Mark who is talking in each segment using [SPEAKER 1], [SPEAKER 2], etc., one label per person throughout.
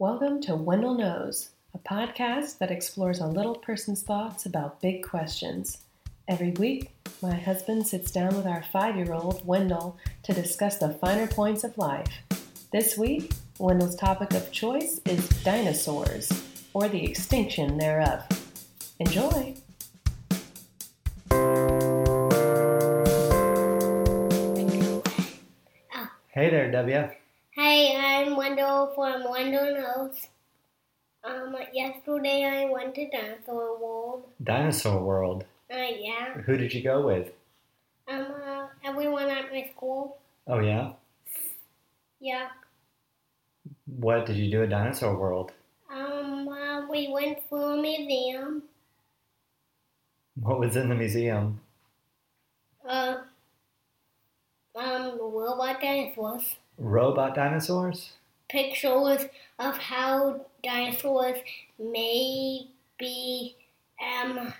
[SPEAKER 1] Welcome to Wendell Knows, a podcast that explores a little person's thoughts about big questions. Every week, my husband sits down with our five year old, Wendell, to discuss the finer points of life. This week, Wendell's topic of choice is dinosaurs, or the extinction thereof. Enjoy!
[SPEAKER 2] Hey there, W.
[SPEAKER 3] Hi, I'm Wendell from Wendell Knows. Um, yesterday I went to Dinosaur World.
[SPEAKER 2] Dinosaur World.
[SPEAKER 3] Uh, yeah.
[SPEAKER 2] Who did you go with?
[SPEAKER 3] Um, uh, everyone at my school.
[SPEAKER 2] Oh, yeah?
[SPEAKER 3] Yeah.
[SPEAKER 2] What did you do at Dinosaur World?
[SPEAKER 3] Um, uh, we went through a museum.
[SPEAKER 2] What was in the museum?
[SPEAKER 3] Uh, um, robot dinosaurs.
[SPEAKER 2] Robot dinosaurs?
[SPEAKER 3] Pictures of how dinosaurs may be, um,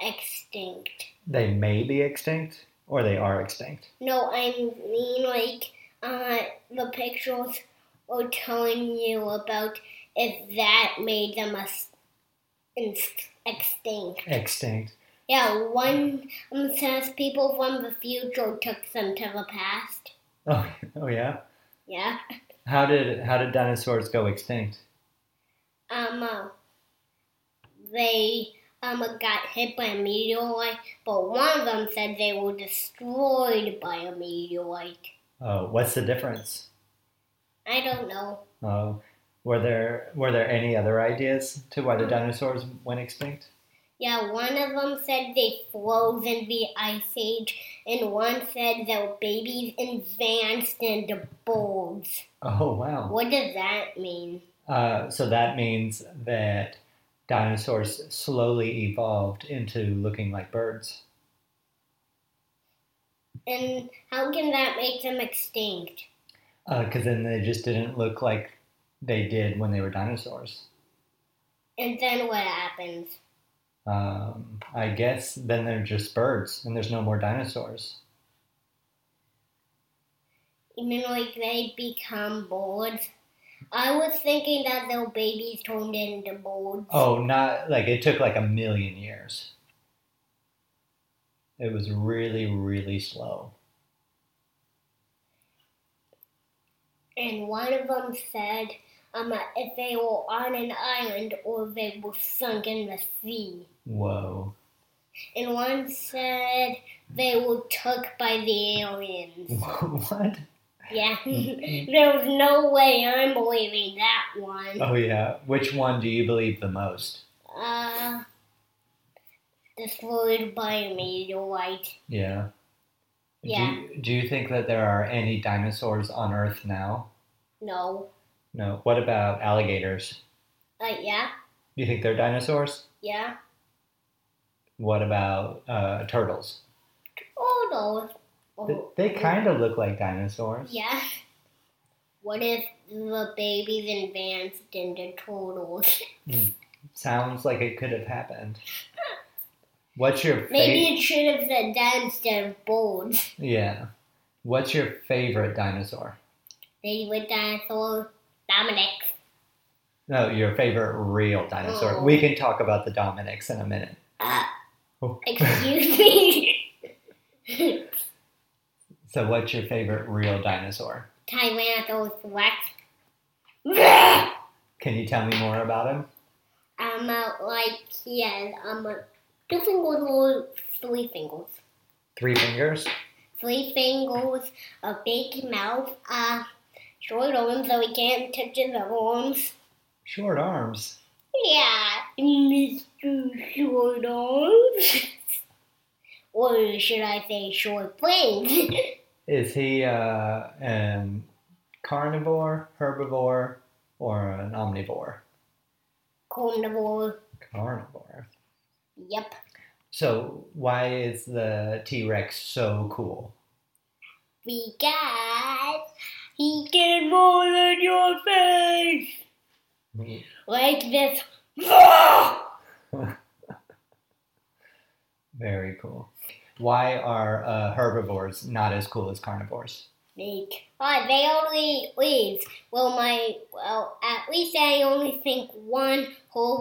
[SPEAKER 3] extinct.
[SPEAKER 2] They may be extinct, or they are extinct.
[SPEAKER 3] No, I mean like uh, the pictures are telling you about if that made them ex- ex- extinct.
[SPEAKER 2] Extinct.
[SPEAKER 3] Yeah, one um, says people from the future took them to the past.
[SPEAKER 2] Oh, oh yeah?
[SPEAKER 3] Yeah.
[SPEAKER 2] How did, how did dinosaurs go extinct?
[SPEAKER 3] Um, uh, they um got hit by a meteorite, but one of them said they were destroyed by a meteorite.
[SPEAKER 2] Oh, what's the difference?
[SPEAKER 3] I don't know.
[SPEAKER 2] Oh, were there, were there any other ideas to why the dinosaurs went extinct?
[SPEAKER 3] Yeah, one of them said they froze in the ice age, and one said there were babies in vans and the bulbs.
[SPEAKER 2] Oh, wow.
[SPEAKER 3] What does that mean?
[SPEAKER 2] Uh, so that means that dinosaurs slowly evolved into looking like birds.
[SPEAKER 3] And how can that make them extinct?
[SPEAKER 2] Because Uh, then they just didn't look like they did when they were dinosaurs.
[SPEAKER 3] And then what happens?
[SPEAKER 2] Um, I guess then they're just birds and there's no more dinosaurs.
[SPEAKER 3] Even like they become birds? I was thinking that their babies turned into birds.
[SPEAKER 2] Oh, not like it took like a million years. It was really, really slow.
[SPEAKER 3] And one of them said um, if they were on an island or they were sunk in the sea.
[SPEAKER 2] Whoa.
[SPEAKER 3] And one said they were took by the aliens.
[SPEAKER 2] what?
[SPEAKER 3] Yeah, there was no way I'm believing that one.
[SPEAKER 2] Mm-hmm. Oh, yeah. Which one do you believe the most?
[SPEAKER 3] Uh, destroyed by a meteorite.
[SPEAKER 2] Yeah.
[SPEAKER 3] Yeah.
[SPEAKER 2] Do, do you think that there are any dinosaurs on Earth now?
[SPEAKER 3] No.
[SPEAKER 2] No. What about alligators?
[SPEAKER 3] Uh, yeah,
[SPEAKER 2] Do you think they're dinosaurs?
[SPEAKER 3] yeah.
[SPEAKER 2] What about uh, turtles?
[SPEAKER 3] Oh no.
[SPEAKER 2] Th-
[SPEAKER 3] Oh,
[SPEAKER 2] They kind of look like dinosaurs.
[SPEAKER 3] Yeah. What if the babies advanced into turtles?
[SPEAKER 2] Sounds like it could have happened. What's your
[SPEAKER 3] Maybe
[SPEAKER 2] favorite?
[SPEAKER 3] it should have said that instead of bones.
[SPEAKER 2] Yeah. What's your favorite dinosaur?
[SPEAKER 3] They would dinosaur Dominic.
[SPEAKER 2] No, your favorite real dinosaur.
[SPEAKER 3] Oh.
[SPEAKER 2] We can talk about the Dominics in a minute.
[SPEAKER 3] Uh,
[SPEAKER 2] Oh.
[SPEAKER 3] excuse me.
[SPEAKER 2] So, what's your favorite real dinosaur?
[SPEAKER 3] Tyrannosaurus Rex.
[SPEAKER 2] Can you tell me more about him?
[SPEAKER 3] Um, uh, like he has um, uh, two fingers or three fingers.
[SPEAKER 2] Three fingers.
[SPEAKER 3] Three fingers, a big mouth, uh, short arms so he can't touch his arms.
[SPEAKER 2] Short arms.
[SPEAKER 3] Yeah, Mr. Short Arms. or should I say short legs?
[SPEAKER 2] Is he uh, an carnivore, herbivore, or an omnivore?
[SPEAKER 3] Carnivore.
[SPEAKER 2] Carnivore.
[SPEAKER 3] Yep.
[SPEAKER 2] So, why is the T Rex so cool?
[SPEAKER 3] We got. He can roll in your face! Like this. Ah!
[SPEAKER 2] Very cool. Why are uh, herbivores not as cool as carnivores?
[SPEAKER 3] make. Oh, they only eat leaves. Well, my well, at least I only think one whole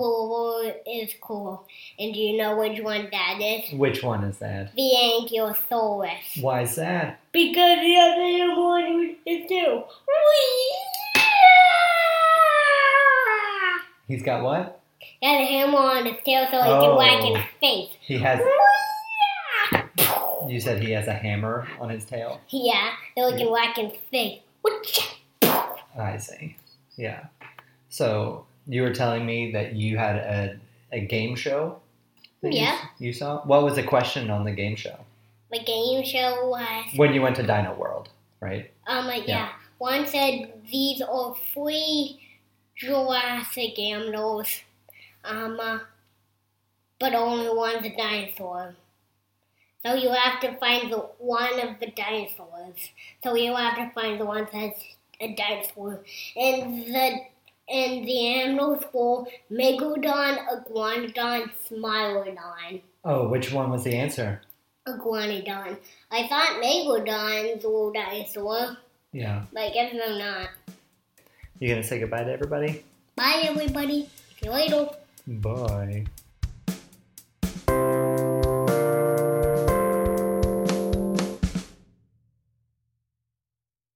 [SPEAKER 3] reward is cool. And do you know which one that is?
[SPEAKER 2] Which one is that?
[SPEAKER 3] The Ankylosaurus.
[SPEAKER 2] Why is that?
[SPEAKER 3] Because the other one is too.
[SPEAKER 2] He's got what?
[SPEAKER 3] He has a hammer on his tail so he
[SPEAKER 2] Oh.
[SPEAKER 3] can whack his face.
[SPEAKER 2] He has. You said he has a hammer on his tail.
[SPEAKER 3] Yeah, so he can whack his face.
[SPEAKER 2] I see. Yeah. So you were telling me that you had a, a game show. that you-
[SPEAKER 3] Yeah.
[SPEAKER 2] You, saw. What was the question on the game show
[SPEAKER 3] My game show was.
[SPEAKER 2] when you went to Dino World? Right.
[SPEAKER 3] Um, yeah. yeah. One said these are three Jurassic animals, um, uh, but only one's a dinosaur. So you have to find the one of the dinosaurs. So you have to find the one that's a dinosaur, and the and the animals were Megalodon, Iguanodon, Smilodon.
[SPEAKER 2] Oh, which one was the answer?
[SPEAKER 3] Iguanodon. I thought Megalodons were dinosaur,
[SPEAKER 2] Yeah.
[SPEAKER 3] but I guess they're not.
[SPEAKER 2] You gonna say goodbye to everybody?
[SPEAKER 3] Bye, everybody. See you later.
[SPEAKER 2] Bye.